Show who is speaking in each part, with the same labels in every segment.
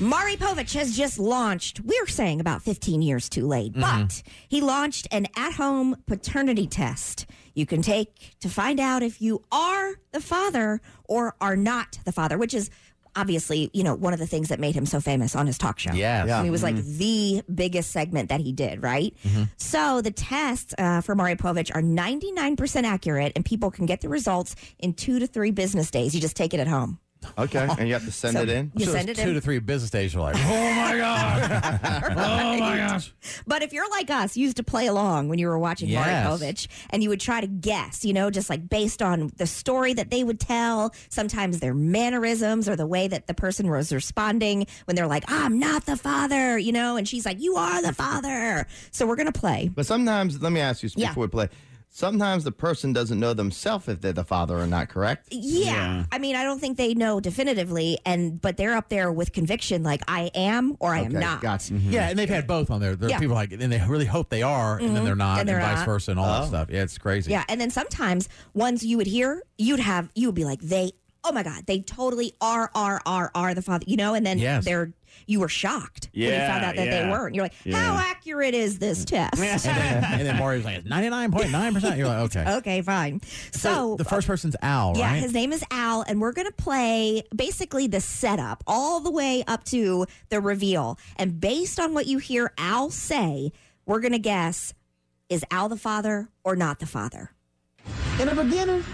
Speaker 1: Mari Povich has just launched, we're saying about 15 years too late, but he launched an at home paternity test you can take to find out if you are the father or are not the father, which is obviously, you know, one of the things that made him so famous on his talk show.
Speaker 2: Yes.
Speaker 1: I
Speaker 2: Yeah.
Speaker 1: mean, it was like the biggest segment that he did, right? So the tests uh, for Mari Povich are 99% accurate, and people can get the results in two to three business days. You just take it at home.
Speaker 3: Okay, and you have to send
Speaker 1: So
Speaker 3: it in.
Speaker 1: You
Speaker 2: So
Speaker 1: send
Speaker 2: it's
Speaker 1: it
Speaker 2: two
Speaker 1: in.
Speaker 2: to three business days. You're like, oh my god, oh my gosh.
Speaker 1: But if you're like us, you used to play along when you were watching
Speaker 2: Yes.
Speaker 1: Mari Povich, and you would try to guess, you know, just like based on the story that they would tell, sometimes their mannerisms or the way that the person was responding when they're like, I'm not the father, you know, and she's like, You are the father. So we're going to play.
Speaker 3: But sometimes, let me ask you
Speaker 1: Yeah.
Speaker 3: before we play. Sometimes the person doesn't know themselves if they're the father or not. Correct?
Speaker 1: Yeah. I mean, I don't think they know definitively, and but they're up there with conviction, like, I am or I am
Speaker 3: okay,
Speaker 1: not.
Speaker 3: Gotcha.
Speaker 2: Yeah, and they've had both on there. There are
Speaker 1: Yeah. Mm-hmm.
Speaker 2: people like, and they really hope they are, and then they're not, and,
Speaker 1: And they're
Speaker 2: vice
Speaker 1: not.
Speaker 2: versa, and all that stuff. Yeah, it's crazy.
Speaker 1: Yeah, and then sometimes ones you would hear, you'd have, you would be like, they, oh my god, they totally are, are, are, are the father, you know, and then
Speaker 2: Yes.
Speaker 1: they're, you were shocked when you
Speaker 4: Yeah,
Speaker 1: found out that they
Speaker 4: yeah.
Speaker 1: weren't. You're like, how accurate is this test?
Speaker 2: And then, and then Mario's like, ninety nine point nine percent. You're like, okay.
Speaker 1: Okay, fine. Oh, So,
Speaker 2: the first person's Al,
Speaker 1: yeah,
Speaker 2: right?
Speaker 1: his name is Al, and we're going to play basically the setup all the way up to the reveal. And based on what you hear Al say, we're going to guess is Al the father or not the father?
Speaker 5: In the beginning,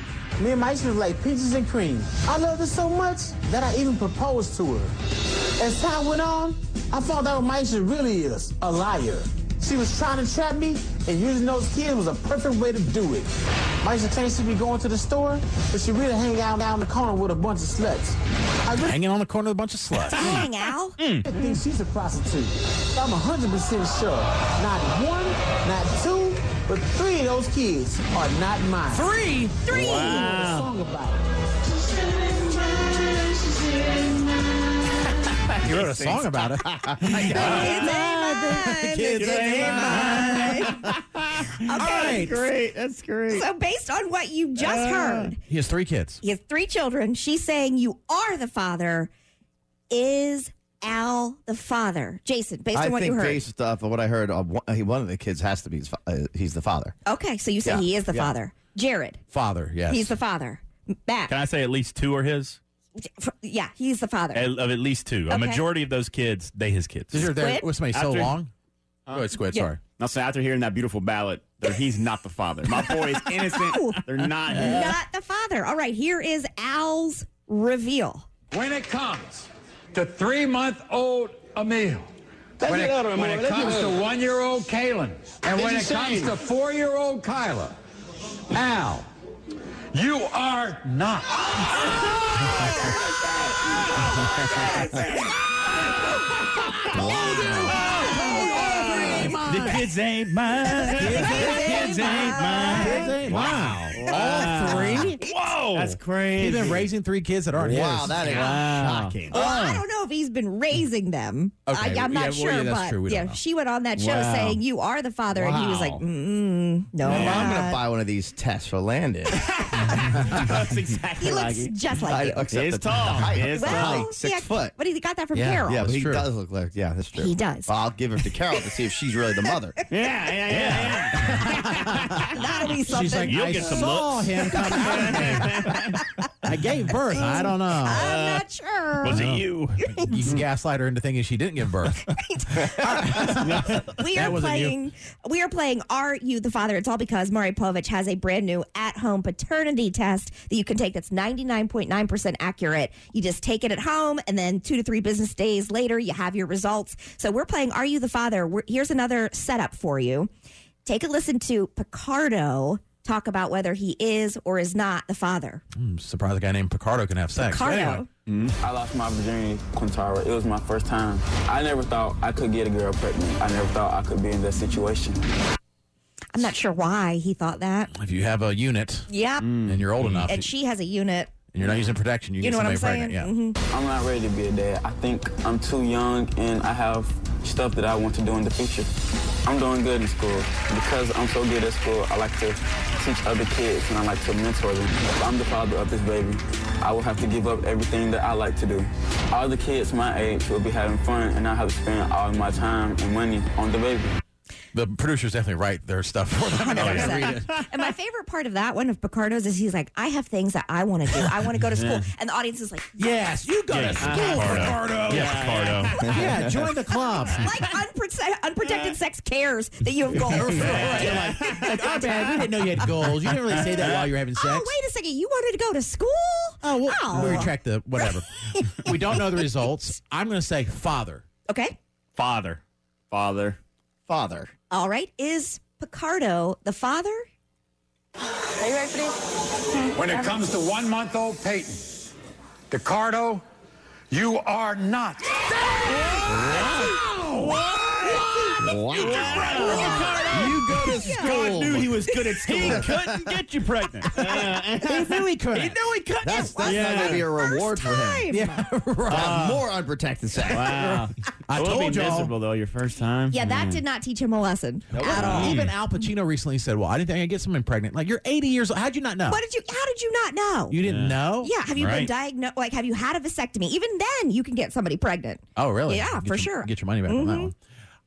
Speaker 5: me and my sister was like peaches and cream. I loved her so much that I even proposed to her. As time went on, I found out my sister really is a liar. She was trying to trap me, and using those kids was a perfect way to do it. My sister claims she be going to the store, but she really hang out down the corner with a bunch of sluts. I really
Speaker 2: hanging on the corner with a bunch of sluts.
Speaker 1: Dang, Al.
Speaker 5: think she's a prostitute. I'm 100% sure. Not one, not two, but three of those kids are not mine.
Speaker 2: Three.
Speaker 1: Three.
Speaker 5: What a song about it.
Speaker 2: He wrote a song about it.
Speaker 1: Ah,
Speaker 2: Kids ain't
Speaker 1: Okay,
Speaker 4: Great. That's great. Ah.
Speaker 1: So based on what you just heard,
Speaker 2: He has three kids.
Speaker 1: he has three children. She's saying you are the father. Is Al the father? Jason, based
Speaker 3: I
Speaker 1: on what you
Speaker 3: think
Speaker 1: heard.
Speaker 3: based off of what I heard, uh, one he- one of the kids has to be his fa- uh, he's the father.
Speaker 1: Okay, so you say
Speaker 3: Yeah,
Speaker 1: he is the
Speaker 3: yeah.
Speaker 1: father. Jared,
Speaker 2: Father, yes.
Speaker 1: he's the father. Matt,
Speaker 4: Can I say at least two are his?
Speaker 1: f- yeah, he's the father.
Speaker 4: At- Of at least two. A
Speaker 1: Okay.
Speaker 4: majority of those kids, they his kids.
Speaker 2: These are there
Speaker 1: Squid?
Speaker 2: with somebody so
Speaker 4: After-
Speaker 2: long. Go ahead, Squid.
Speaker 1: yeah.
Speaker 2: Sorry.
Speaker 4: Now, so after hearing that beautiful ballad, there- he's not the father. My boy is innocent. They're not.
Speaker 1: Not the father. All right, here is Al's reveal.
Speaker 6: When it comes to three month old Emil,
Speaker 5: Let's
Speaker 6: when
Speaker 5: get
Speaker 6: it,
Speaker 5: out of him,
Speaker 6: when
Speaker 5: boy.
Speaker 6: it
Speaker 5: Let's
Speaker 6: comes
Speaker 5: get out of
Speaker 6: to
Speaker 5: him.
Speaker 6: one year old Kalen, and
Speaker 5: It's
Speaker 6: when it
Speaker 5: insane.
Speaker 6: comes to four year old Kyla, Al, you are not.
Speaker 4: The kids ain't mine. The kids ain't mine.
Speaker 2: Wow. All three?
Speaker 4: Whoa. That's crazy.
Speaker 2: He's been raising three kids that aren't his.
Speaker 3: Wow, that is shocking.
Speaker 1: Well, I don't know if he's been raising them.
Speaker 2: Okay,
Speaker 1: I, I'm
Speaker 2: yeah,
Speaker 1: not
Speaker 2: well,
Speaker 1: sure,
Speaker 2: yeah, that's
Speaker 1: but
Speaker 2: true. We don't
Speaker 1: yeah,
Speaker 2: know.
Speaker 1: she went on that show
Speaker 4: Wow.
Speaker 1: saying you are the father, and he was like,
Speaker 2: Wow.
Speaker 1: mm, no, I'm
Speaker 3: Well, I'm gonna
Speaker 1: not."
Speaker 3: buy one of these tests for Landon.
Speaker 4: That's exactly
Speaker 1: He
Speaker 4: like
Speaker 1: looks
Speaker 4: it.
Speaker 1: just
Speaker 3: I-
Speaker 1: like you.
Speaker 3: except
Speaker 4: It's
Speaker 3: the-
Speaker 4: tall.
Speaker 3: the height.
Speaker 4: It's
Speaker 3: The
Speaker 4: tall.
Speaker 3: height, six
Speaker 1: yeah,
Speaker 3: foot.
Speaker 1: But he got that from
Speaker 2: Yeah,
Speaker 1: Carol.
Speaker 3: Yeah, but
Speaker 2: That's
Speaker 3: he
Speaker 2: true.
Speaker 3: does look like yeah, that's true.
Speaker 1: He does.
Speaker 3: Well, I'll give it to Carol to see if she's really the mother.
Speaker 4: Yeah, yeah, yeah. yeah.
Speaker 1: That'll be something.
Speaker 2: She's like,
Speaker 4: You'll
Speaker 2: I
Speaker 4: get some
Speaker 2: saw
Speaker 4: looks."
Speaker 2: him come out of there. I gave birth. I don't know.
Speaker 1: I'm not sure.
Speaker 4: Was it you?
Speaker 2: You can gaslight her into thinking she didn't give birth.
Speaker 1: we
Speaker 2: That
Speaker 1: are
Speaker 2: wasn't you.
Speaker 1: playing. We are playing. Are you the father? It's all because Mari Povich has a brand new at-home paternity test that you can take. That's ninety-nine point nine percent accurate. You just take it at home, and then two to three business days later, you have your results. So we're playing. Are you the father? We're, here's another setup for you. Take a listen to Picardo talk about whether he is or is not the father.
Speaker 2: I'm surprised a guy named Picardo can have sex.
Speaker 1: Picardo.
Speaker 2: Anyway.
Speaker 7: I lost my virginity, Quintara. It was my first time. I never thought I could get a girl pregnant. I never thought I could be in that situation.
Speaker 1: I'm not sure why he thought that.
Speaker 2: If you have a unit
Speaker 1: Yep.
Speaker 2: and you're old
Speaker 8: Mm.
Speaker 2: enough
Speaker 1: And
Speaker 2: and
Speaker 1: she has a unit.
Speaker 2: you're not using protection, you,
Speaker 1: You
Speaker 2: get
Speaker 1: know what
Speaker 2: somebody
Speaker 1: I'm saying?
Speaker 2: pregnant. Yeah.
Speaker 7: I'm not ready to be a dad. I think I'm too young and I have stuff that I want to do in the future. I'm doing good in school. Because I'm so good at school, I like to teach other kids and I like to mentor them. If I'm the father of this baby, I will have to give up everything that I like to do. All the kids my age will be having fun, and I have to spend all my time and money on the baby.
Speaker 8: Mm-hmm.
Speaker 9: The producers definitely write their stuff for them.
Speaker 1: Hundred percent. And my favorite part of that one of Picardo's is he's like, I have things that I want to do. I want to go to school, and the audience is like,
Speaker 8: Yes, you go
Speaker 4: Uh-huh.
Speaker 8: to school, Ricardo.
Speaker 2: Yes, Ricardo.
Speaker 8: Yeah, join the club.
Speaker 1: like unprote- unprotected sex cares that you have goals.
Speaker 8: You're like, like, oh man, we didn't know you had goals. You didn't really say that while you were having sex.
Speaker 1: Oh, wait a second, you wanted to go to school?
Speaker 8: Oh, we'll,
Speaker 1: Oh.
Speaker 8: we'll retract the whatever. we don't know the results. I'm going to say father.
Speaker 1: Okay,
Speaker 4: Father. Father.
Speaker 3: Father.
Speaker 1: all right. Is Picardo the father?
Speaker 10: Are you ready for this?
Speaker 6: When it comes to one month old Peyton, Ricardo, you are not.
Speaker 9: You go to
Speaker 4: God knew
Speaker 9: school.
Speaker 4: he was good at school. he couldn't get you pregnant.
Speaker 8: He knew he couldn't.
Speaker 4: he knew he couldn't.
Speaker 3: That's that's
Speaker 4: Yeah.
Speaker 3: not gonna be a reward for him.
Speaker 1: Time.
Speaker 8: Yeah, right.
Speaker 3: To have more unprotected sex.
Speaker 4: Wow.
Speaker 8: I
Speaker 4: It will
Speaker 8: told
Speaker 4: Uh, be
Speaker 8: y'all.
Speaker 4: miserable though your first time.
Speaker 1: Yeah,
Speaker 8: Mm.
Speaker 1: that did not teach him a lesson at all.
Speaker 8: Even Al Pacino recently said, "Well, I didn't think I'd get someone pregnant." Like you're 80 years old. How'd you not know?
Speaker 1: What did you? How did you not know?
Speaker 8: You didn't know?
Speaker 1: yeah, have you been
Speaker 4: Right.
Speaker 1: diagnosed? Like, have you had a vasectomy? Even then, you can get somebody pregnant.
Speaker 8: Oh, really?
Speaker 1: Yeah,
Speaker 8: Get
Speaker 1: for
Speaker 8: your-
Speaker 1: sure. Mm-hmm.
Speaker 8: Get your money back on that one.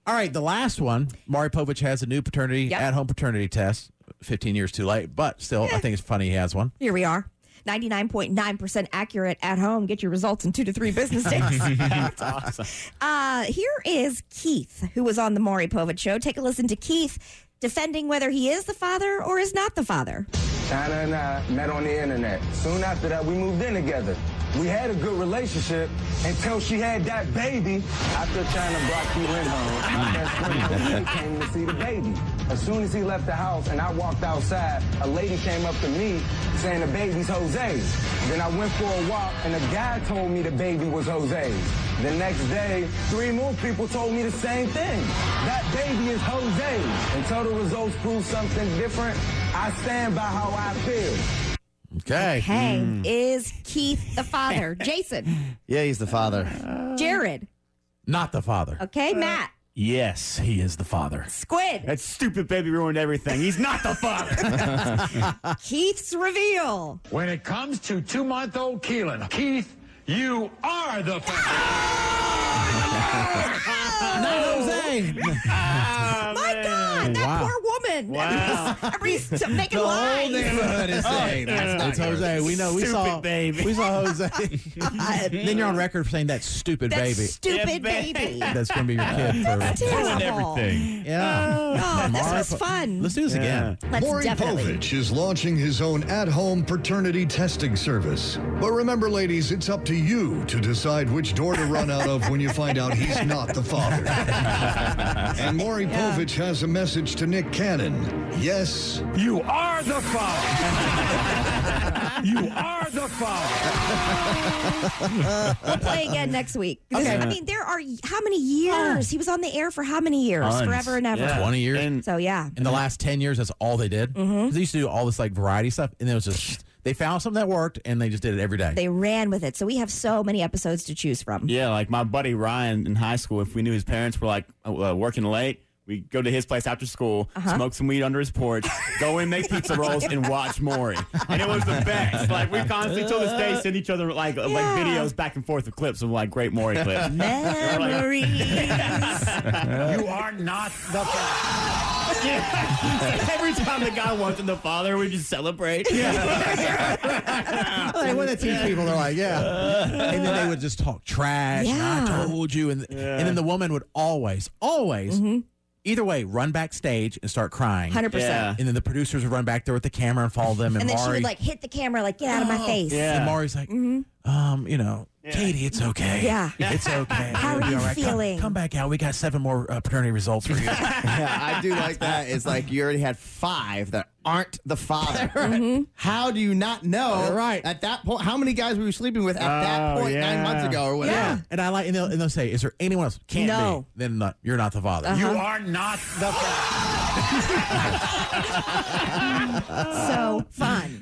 Speaker 8: All right, the last one. Mari Povich has a new paternity
Speaker 1: Yep.
Speaker 8: at-home paternity test. 15 years too late, but still, I think it's funny he has one.
Speaker 1: Here we are. 99.9% accurate at home. Get your results in two to three business days. That's awesome. Uh, here is Keith, who was on the Maury Povich show. Take a listen to Keith defending whether he is the father or is not the father.
Speaker 5: China and I met on the internet. Soon after that, we moved in together. We had a good relationship until she had that baby. After China brought you in home, my best friend Khalid came to see the baby. As soon as he left the house and I walked outside, a lady came up to me saying the baby's Jose's. Then I went for a walk and a guy told me the baby was Jose's. The next day, three more people told me the same thing. That baby is Jose's. Until the results prove something different, I stand by how I feel.
Speaker 8: Okay.
Speaker 1: Hey, is Keith the father? Jason,
Speaker 3: Yeah, he's the father.
Speaker 1: Jared,
Speaker 8: Not the father.
Speaker 1: okay, Matt,
Speaker 8: Yes, he is the father.
Speaker 1: Squid,
Speaker 4: That stupid baby ruined everything. He's not the father.
Speaker 1: Keith's reveal.
Speaker 6: When it comes to two month old Keelan, Keith, you are the father.
Speaker 8: Not Jose.
Speaker 1: My God, that
Speaker 8: Wow.
Speaker 1: poor woman.
Speaker 4: Wow.
Speaker 1: Everybody's making
Speaker 8: The whole
Speaker 1: lies.
Speaker 8: neighborhood
Speaker 1: Oh,
Speaker 8: is saying that's not Jose. We know. We
Speaker 4: Stupid
Speaker 8: saw.
Speaker 4: baby.
Speaker 8: We saw Jose. then you're on record for saying that stupid
Speaker 1: That
Speaker 8: baby.
Speaker 1: stupid
Speaker 4: Yeah, ba-
Speaker 1: baby.
Speaker 8: that's going to be your kid for.
Speaker 1: Terrible.
Speaker 8: Yeah.
Speaker 1: Oh, this
Speaker 8: Mara
Speaker 1: was
Speaker 8: Po-
Speaker 1: fun.
Speaker 8: Let's do this again.
Speaker 1: Let's
Speaker 11: Maury
Speaker 1: definitely.
Speaker 11: Povich is launching his own at home paternity testing service. But remember, ladies, it's up to you to decide which door to run out of when you find out he's not the father. and Maury Povich has a message to Nick Cannon. Yes,
Speaker 6: You are the father. you are the father.
Speaker 1: We'll play again next week. Okay. I mean, there are how many years? He was on the air for how many years?
Speaker 4: Tons.
Speaker 1: Forever and ever.
Speaker 4: Yeah.
Speaker 8: 20 years.
Speaker 4: And
Speaker 1: So yeah.
Speaker 8: in the last 10 years, that's all they did.
Speaker 1: Mm-hmm.
Speaker 8: They used to do all this like variety stuff, and it was just, they found something that worked, and they just did it every day.
Speaker 1: They ran with it. So we have so many episodes to choose from.
Speaker 4: yeah, like my buddy Ryan in high school, if we knew his parents were like uh, working late, we'd go to his place after school, smoke some weed under his porch, go in, make pizza rolls, and watch Maury. And it was the best. Like we constantly till this day send each other like uh, like
Speaker 1: Yeah.
Speaker 4: videos back and forth of clips of like great Maury clips.
Speaker 1: Memories.
Speaker 6: You are not the father.
Speaker 4: Yeah. Every time the guy wasn't the father, we just celebrate.
Speaker 8: Like, when Oh, they teach people, they're like, yeah. and then they would just talk trash. And
Speaker 1: Yeah.
Speaker 8: I told you. And, and then the woman would always, always, either way, run backstage and start crying.
Speaker 1: Mm-hmm. Hundred
Speaker 4: Yeah.
Speaker 1: percent.
Speaker 8: And then the producers would run back there with the camera and follow them. And,
Speaker 1: And then she
Speaker 8: Maury-
Speaker 1: would like hit the camera, like get out of my face.
Speaker 4: Oh. Yeah.
Speaker 8: And Maury's like, um, you know, Katie, it's okay.
Speaker 1: Mm-hmm. Yeah.
Speaker 8: It's okay.
Speaker 1: How
Speaker 8: It'll
Speaker 1: are
Speaker 8: be
Speaker 1: you
Speaker 8: all right. Come-
Speaker 1: feeling?
Speaker 8: Come, back out. We got seven more uh, paternity results for you.
Speaker 3: yeah, I do like that. It's like you already had five that aren't the father. How do you not know?
Speaker 8: You're Mm-hmm. right.
Speaker 3: At that point, how many guys were you sleeping with at that
Speaker 4: Oh,
Speaker 3: point nine
Speaker 4: yeah.
Speaker 3: months ago or whatever?
Speaker 1: Yeah.
Speaker 8: and I like, and they'll, and they'll say, is there anyone else? Can't
Speaker 1: No. Uh-huh.
Speaker 8: be. Then not, you're not the father.
Speaker 6: You are not the father.
Speaker 1: So fun.